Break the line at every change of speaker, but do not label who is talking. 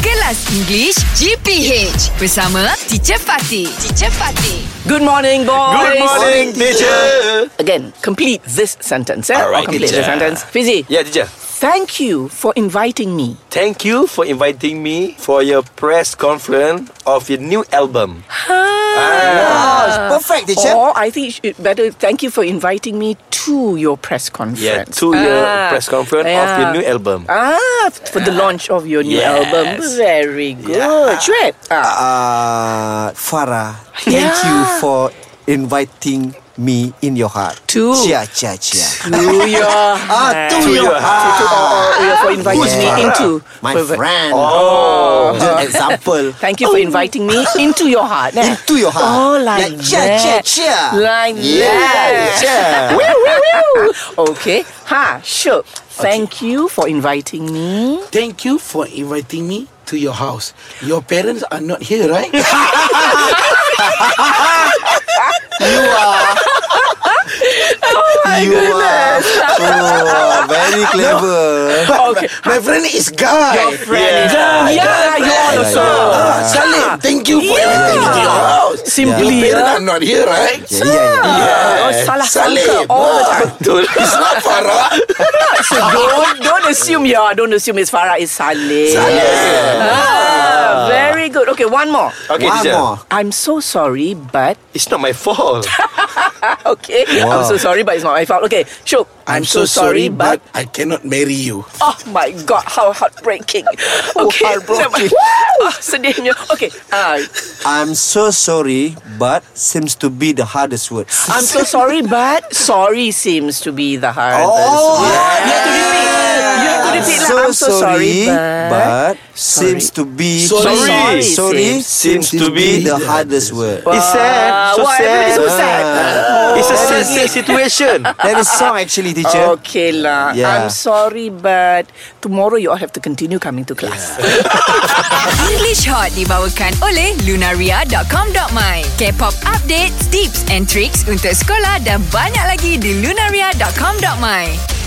Kelas English GPH bersama Teacher Fatih. Teacher Fatih.
Good morning, boys.
Good morning, teacher.
Again, complete this sentence. Eh?
All
or
right,
complete the
teacher.
sentence. Fizi,
Yeah, teacher.
thank you for inviting me.
Thank you for inviting me for your press conference of your new album. Uh,
Perfect, teacher.
Or I think it better thank you for inviting me to your press conference.
Yeah, two-year press conference of your
yeah.
new album.
Ah, for the launch of your new
Yes.
album. Very good. Right. Ah.
Uh, Farah, thank
Yeah.
you for inviting me in your heart.
To-
Cia, cia, cia.
To your
Ah, to your
To-
heart.
or- or- or for inviting
Who's
me
Farah?
into.
My
for-
friend. Oh. Just example.
Thank you for inviting me into your heart. eh?
Into your heart.
Oh, like
Like cia, cia,
that.
cia.
Like
Yeah,
that.
cia.
Woo, woo, woo. okay. Ha, sure. Thank you for inviting me.
Thank you for inviting me to your house. Your parents are not here, right?
you are oh, very clever.
Okay.
My friend is Guy. Your
Friend. Yeah, you all
Yeah,
also.
Ah, Salim, thank you for inviting me to your house.
Simply,
Your parents
yeah.
are not here, right?
Yeah, yeah, yeah.
Oh, salah Oh.
Salim.
sangka all the time.
Betul.
It's not Farah.
So don't, don't assume, yeah. Don't assume it's Farah, it's Saleh. Ah, very good. Okay, one more.
Okay,
One
teacher.
more.
I'm so sorry, but
It's not my fault.
okay. I'm so sorry, but it's not my fault. Okay, sure. I'm, so, sorry, but
I cannot marry you.
Oh my god, how heartbreaking. Okay.
heartbreaking.
Wah, sedihnya. Okay. Uh,
I'm so sorry, but seems to be the hardest word.
I'm so sorry, but sorry seems to be the hardest.
Oh,
word. You have to repeat. You have to
I'm
repeat.
so,
like, I'm so sorry, but...
but, seems to be
Sorry.
Sorry
sorry,
seems-
seems, to be the hardest word.
It's sad. So
Uh, why
sad.
everybody so sad?
It's a sad, sad situation.
That is song actually, teacher.
uh, Okay lah.
Yeah.
I'm sorry, but tomorrow you all have to continue coming to class.
English Hot dibawakan oleh lunaria.com.my. K-pop updates, tips and tricks untuk sekolah dan banyak lagi di lunaria.com.my.